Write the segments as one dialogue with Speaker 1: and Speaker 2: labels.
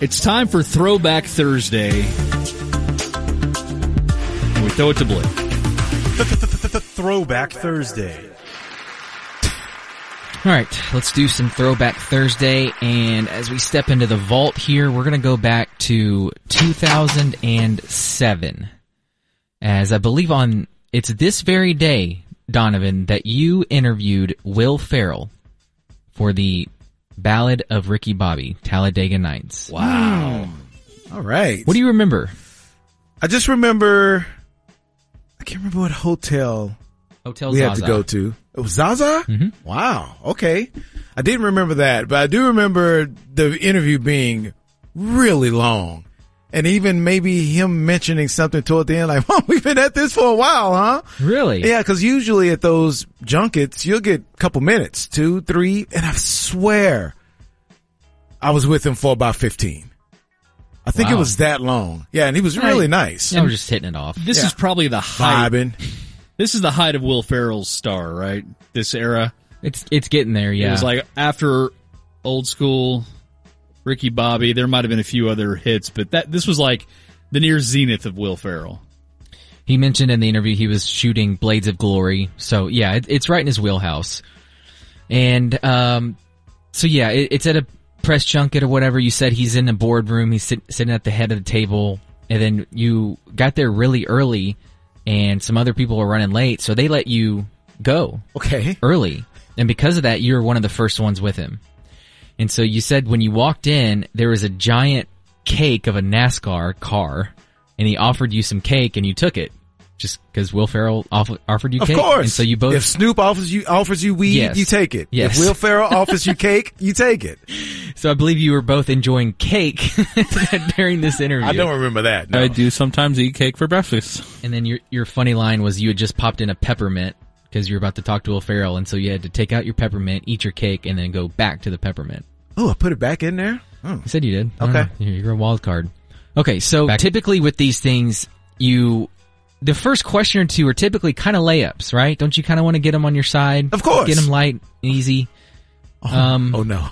Speaker 1: It's time for Throwback Thursday. We throw it to Blake.
Speaker 2: Throwback Thursday.
Speaker 3: All right, let's do some Throwback Thursday. And as we step into the vault here, we're going to go back to 2007. As I believe on, it's this very day, Donovan, that you interviewed Will Farrell for the Ballad of Ricky Bobby, Talladega Nights. Wow.
Speaker 2: All right.
Speaker 3: What do you remember?
Speaker 2: I just remember. I can't remember what hotel
Speaker 3: Hotel
Speaker 2: we had to
Speaker 3: Zaza.
Speaker 2: go to. It was Zaza. Wow. Okay. I didn't remember that, but I do remember the interview being really long, and even maybe him mentioning something toward the end, like, "Oh, we've been at this for a while, huh?"
Speaker 3: Really?
Speaker 2: Yeah, because usually at those junkets, you'll get a couple minutes, two, three, and I swear I was with him for about 15. I think it
Speaker 3: Wow.
Speaker 2: was that long. Yeah, and he was really
Speaker 1: Right.
Speaker 2: nice.
Speaker 3: Yeah, we're just hitting it off.
Speaker 1: This
Speaker 2: Yeah.
Speaker 1: is probably the height.
Speaker 2: Vibing.
Speaker 1: This is the height of Will Ferrell's star, right? This era.
Speaker 3: It's it's getting there, yeah.
Speaker 1: It was like after old school Ricky Bobby. There might have been a few other hits, but that this was like the near zenith of Will Ferrell.
Speaker 3: He mentioned in the interview he was shooting Blades of Glory. So yeah, it, it's right in his wheelhouse. And um, so yeah, it, it's at a press junket or whatever. You said he's in the boardroom. He's sit, sitting at the head of the table, and then you got there really early, and some other people were running late, so they let you go
Speaker 2: Okay.
Speaker 3: early. And because of that, you were one of the first ones with him. And so you said when you walked in, there was a giant cake of a NASCAR car, and he offered you some cake, and you took it just because Will Ferrell off- offered you
Speaker 2: Of
Speaker 3: cake.
Speaker 2: course.
Speaker 3: And so you both.
Speaker 2: If Snoop offers you offers you weed,
Speaker 3: Yes.
Speaker 2: you take it.
Speaker 3: Yes.
Speaker 2: If Will Ferrell offers you cake, you take it.
Speaker 3: so I believe you were both enjoying cake during this interview.
Speaker 2: I don't remember that. No.
Speaker 4: I do sometimes eat cake for breakfast.
Speaker 3: And then your your funny line was you had just popped in a peppermint because you were about to talk to Will Ferrell, and so you had to take out your peppermint, eat your cake, and then go back to the peppermint.
Speaker 2: Oh, I put it back in there. Hmm.
Speaker 3: I said you did. I don't
Speaker 2: Okay.
Speaker 3: know. You're you're a wild card. Okay, so typically with these things, you the first question or two are typically kind of layups, right? Don't you kind of want to get them on your side?
Speaker 2: Of course.
Speaker 3: Get them light and easy. Um,
Speaker 2: Oh no,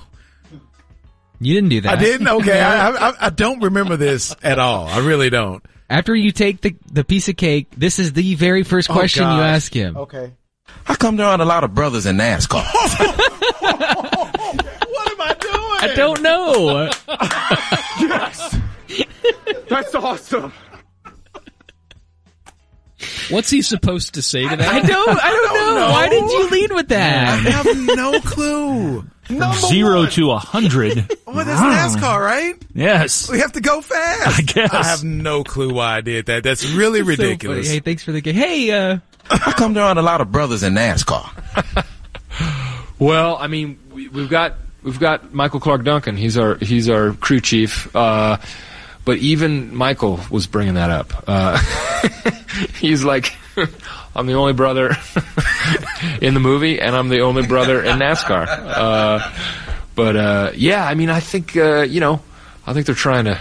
Speaker 3: you didn't do that.
Speaker 2: I didn't. Okay, I, I I don't remember this at all. I really don't.
Speaker 3: After you take the, the piece of cake, this is the very first
Speaker 2: Oh,
Speaker 3: question you
Speaker 2: gosh.
Speaker 3: ask him.
Speaker 2: Okay.
Speaker 5: How come there aren't a lot of brothers in NASCAR?
Speaker 2: What am I doing?
Speaker 3: I don't know.
Speaker 6: That's awesome.
Speaker 1: What's he supposed to say to that?
Speaker 3: I don't. I
Speaker 2: Oh,
Speaker 3: don't know. Why did you lead with
Speaker 2: I
Speaker 3: that?
Speaker 2: have no clue. Number
Speaker 4: Zero
Speaker 2: one.
Speaker 4: to a hundred.
Speaker 5: Oh,
Speaker 2: Well, that's NASCAR, right?
Speaker 4: yes.
Speaker 2: We have to go fast.
Speaker 4: I guess.
Speaker 2: I have no clue why I did that. That's really ridiculous.
Speaker 3: Hey, thanks for the cake. Hey, uh,
Speaker 5: How come there aren't a lot of brothers in NASCAR?
Speaker 6: Well, I mean, we, we've got we've got Michael Clark Duncan. He's our he's our crew chief. Uh, but even Michael was bringing that up. Uh, he's like, I'm the only brother in the movie, and I'm the only brother in NASCAR. Uh, but uh, yeah, I mean, I think uh, you know, I think they're trying to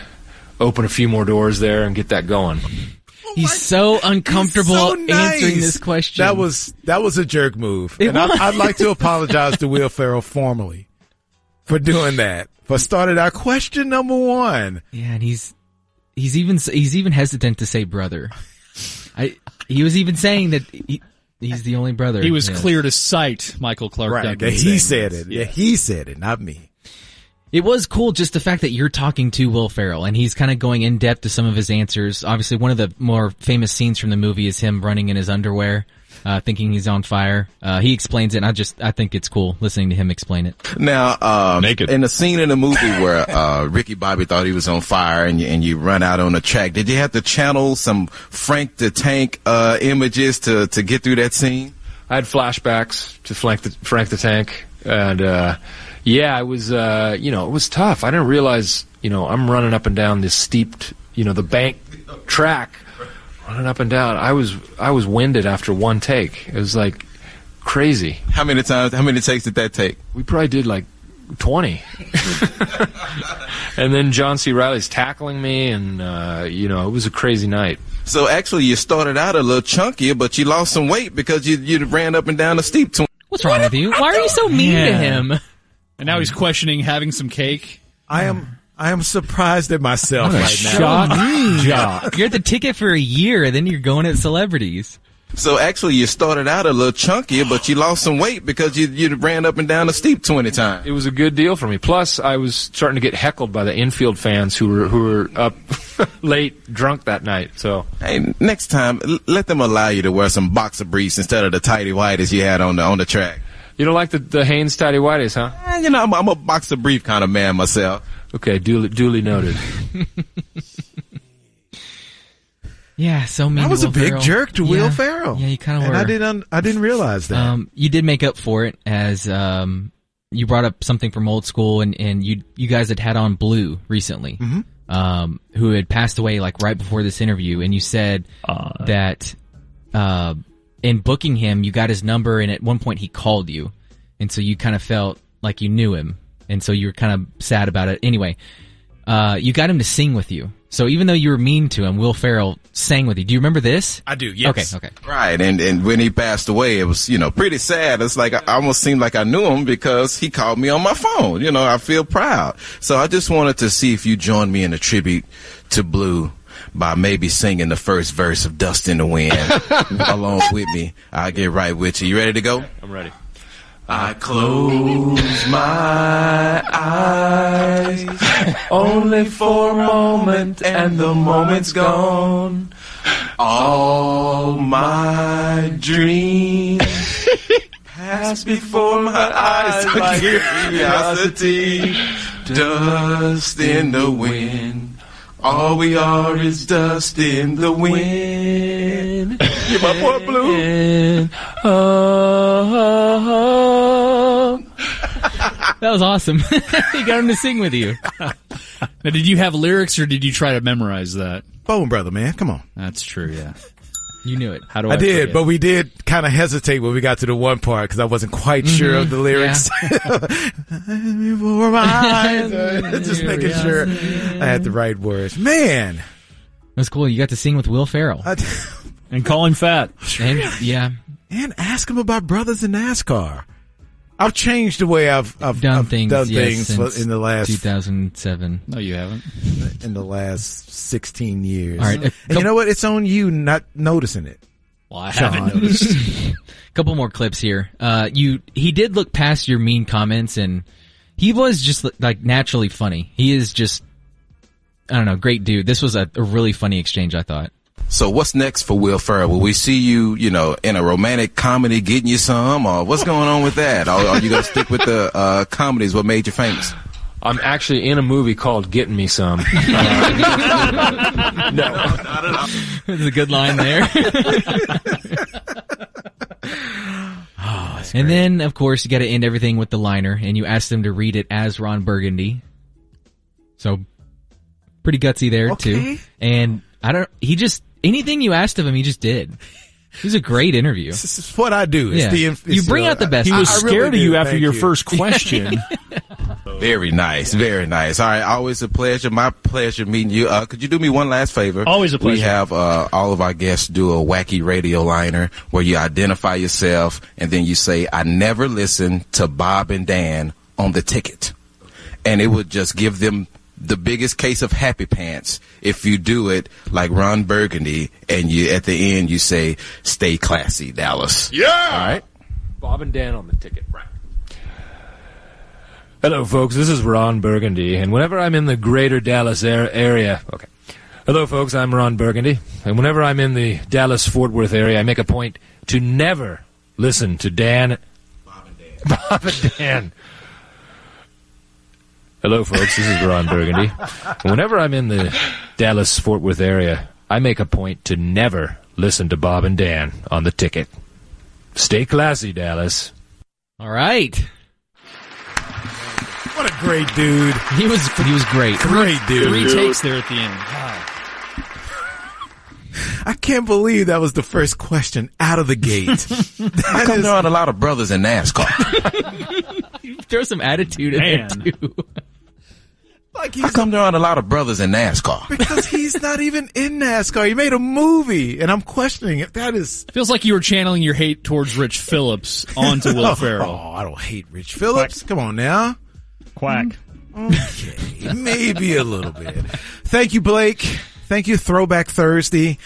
Speaker 6: open a few more doors there and get that going.
Speaker 2: Oh
Speaker 3: he's so uncomfortable
Speaker 2: So
Speaker 3: answering
Speaker 2: nice.
Speaker 3: this question.
Speaker 2: That was that was a jerk move, and I, I'd like to apologize to Will Ferrell formally for doing that. For started our question number one.
Speaker 3: Yeah, and he's he's even he's even hesitant to say brother. I he was even saying that he, he's the only brother.
Speaker 1: He was
Speaker 3: Yeah.
Speaker 1: clear to sight, Michael Clark
Speaker 2: Right,
Speaker 1: Duncan.
Speaker 2: that he
Speaker 1: saying
Speaker 2: said
Speaker 1: this.
Speaker 2: it. Yeah, he said it, not me.
Speaker 3: It was cool just the fact that you're talking to Will Ferrell and he's kind of going in depth to some of his answers. Obviously, one of the more famous scenes from the movie is him running in his underwear. Uh, thinking he's on fire. Uh, he explains it and I just, I think it's cool listening to him explain it.
Speaker 5: Now, uh,
Speaker 4: Naked.
Speaker 5: in the scene in the movie where uh, Ricky Bobby thought he was on fire and you, and you run out on the track, did you have to channel some Frank the Tank uh, images to, to get through that scene?
Speaker 6: I had flashbacks to Frank the, Frank the Tank, and uh, yeah, it was uh, you know it was tough. I didn't realize you know I'm running up and down this steeped you know the bank track, running up and down. I was I was winded after one take. It was like crazy.
Speaker 5: How many times? How many takes did that take?
Speaker 6: We probably did like twenty, and then John C. Riley's tackling me, and uh, you know it was a crazy night.
Speaker 5: So actually, you started out a little chunkier, but you lost some weight because you you ran up and down the steep. Tw-
Speaker 3: What's wrong with you? Why are you so mean to
Speaker 4: Yeah.
Speaker 3: him?
Speaker 1: And now he's questioning having some cake.
Speaker 2: I am. I am surprised at myself right now.
Speaker 4: Shock jock.
Speaker 3: You're at the ticket for a year, and then you're going at celebrities.
Speaker 5: So actually, you started out a little chunkier, but you lost some weight because you you ran up and down the steep twenty times.
Speaker 6: It was a good deal for me. Plus, I was starting to get heckled by the infield fans who were who were up late, drunk that night. So
Speaker 5: Hey, next time, l- let them allow you to wear some boxer briefs instead of the tidy whities you had on the on the track.
Speaker 6: you don't like the the Haynes Tidy Whiteys, huh?
Speaker 5: Eh, You know, I'm, I'm a boxer brief kind of man myself.
Speaker 6: Okay, duly duly noted.
Speaker 3: Yeah, so mean.
Speaker 2: I
Speaker 3: to
Speaker 2: was a
Speaker 3: Will
Speaker 2: big
Speaker 3: Ferrell.
Speaker 2: jerk to
Speaker 3: Yeah.
Speaker 2: Will Ferrell.
Speaker 3: Yeah, you kind of
Speaker 2: And
Speaker 3: were.
Speaker 2: I didn't I didn't realize that.
Speaker 3: Um, you did make up for it as um, you brought up something from old school, and, and you you guys had had on Blue recently,
Speaker 2: Mm-hmm.
Speaker 3: um, who had passed away like right before this interview, and you said that uh, in booking him, you got his number, and at one point he called you, and so you kind of felt like you knew him, and so you were kind of sad about it. Anyway, uh, you got him to sing with you. So even though you were mean to him, Will Ferrell sang with you. Do you remember this?
Speaker 2: I do, yes.
Speaker 3: Okay, okay.
Speaker 5: Right, and and when he passed away, it was you know pretty sad. It's like I almost seemed like I knew him because he called me on my phone. You know, I feel proud. So I just wanted to see if you join me in a tribute to Blue by maybe singing the first verse of "Dust in the Wind" along with me. I'll get right with you. You ready to go?
Speaker 6: I'm ready.
Speaker 5: I close my eyes only for a moment, and the moment's gone. All my dreams pass before my eyes like curiosity, dust in the wind. All we are is dust in the wind. You my boy Blue.
Speaker 3: That was awesome. you got him to sing with you.
Speaker 1: Now, did you have lyrics or did you try to memorize that?
Speaker 2: Bone brother, man, come on.
Speaker 1: That's true. Yeah.
Speaker 3: You knew it.
Speaker 1: How do I?
Speaker 2: I did,
Speaker 1: forget?
Speaker 2: but we did kind of hesitate when we got to the one part because I wasn't quite
Speaker 3: Mm-hmm.
Speaker 2: sure of the lyrics. Before my eyes, uh, Just making sure I had the right words. Man,
Speaker 3: That's cool. You got to sing with Will Ferrell.
Speaker 2: I,
Speaker 1: and call him fat.
Speaker 3: And yeah,
Speaker 2: and ask him about brothers in NASCAR. I've changed the way I've, I've
Speaker 3: done
Speaker 2: I've
Speaker 3: things.
Speaker 2: done
Speaker 3: yes,
Speaker 2: things for-
Speaker 3: since
Speaker 2: in the last
Speaker 3: 2007.
Speaker 1: No, you haven't.
Speaker 2: in the last sixteen years.
Speaker 3: All right, a
Speaker 2: and you
Speaker 3: couple-
Speaker 2: know what? It's on you not noticing it.
Speaker 1: Well, I
Speaker 2: John.
Speaker 1: haven't noticed.
Speaker 3: Couple more clips here. Uh, you he did look past your mean comments, and he was just like naturally funny. He is just I don't know, great dude. This was a, a really funny exchange. I thought.
Speaker 5: So what's next for Will Ferrell? Will we see you, you know, in a romantic comedy getting you some, or what's going on with that? Or are you gonna stick with the uh, comedies? What made you famous?
Speaker 6: I'm actually in a movie called Getting Me Some.
Speaker 3: That's a good line there. and then, of course, you got to end everything with the liner, and you asked them to read it as Ron Burgundy. So, pretty gutsy there
Speaker 2: Okay.
Speaker 3: too. And I don't. He just anything you asked of him, he just did. It was a great interview.
Speaker 2: This is what I do. It's
Speaker 3: Yeah.
Speaker 2: the inf-
Speaker 3: You
Speaker 2: it's,
Speaker 3: bring
Speaker 2: know,
Speaker 3: out the best.
Speaker 2: I-
Speaker 4: He was
Speaker 2: I really
Speaker 4: scared
Speaker 2: do.
Speaker 4: of you after
Speaker 2: Thank
Speaker 4: your
Speaker 2: you.
Speaker 4: first question.
Speaker 5: Very nice, very nice. All right, always a pleasure. My pleasure meeting you. Uh, could you do me one last favor?
Speaker 1: Always a
Speaker 5: We
Speaker 1: pleasure.
Speaker 5: have uh, all of our guests do a wacky radio liner where you identify yourself and then you say, "I never listened to Bob and Dan on the ticket," and it would just give them the biggest case of happy pants if you do it like Ron Burgundy and you at the end you say, "Stay classy, Dallas." Yeah. All right.
Speaker 6: Bob and Dan on the ticket. Right. Hello, folks. This is Ron Burgundy, and whenever I'm in the greater Dallas ar- area, okay. Hello, folks. I'm Ron Burgundy, and whenever I'm in the Dallas Fort Worth area, I make a point to never listen to Dan. Bob and Dan. Bob and Dan. Hello, folks. This is Ron Burgundy. And whenever I'm in the Dallas Fort Worth area, I make a point to never listen to Bob and Dan on the ticket. Stay classy, Dallas.
Speaker 3: All right,
Speaker 2: What a great dude.
Speaker 3: he was he was great.
Speaker 2: Great dude.
Speaker 1: Three takes there at the end. Wow.
Speaker 2: I can't believe that was the first question out of the gate. That
Speaker 5: Come
Speaker 2: is-
Speaker 5: there aren't a lot of brothers in NASCAR.
Speaker 3: Throw some attitude in there
Speaker 1: Man.
Speaker 3: too.
Speaker 2: like
Speaker 5: How
Speaker 2: he's,
Speaker 5: come there aren't a lot of brothers in NASCAR?
Speaker 2: because he's not even in NASCAR. He made a movie, and I'm questioning it. That is.
Speaker 1: Feels like you were channeling your hate towards Rich Phillips onto Will Ferrell.
Speaker 2: Oh, I don't hate Rich Phillips. Come on now.
Speaker 7: Quack.
Speaker 2: Okay, maybe a little bit. Thank you, Blake. Thank you, Throwback Thursday.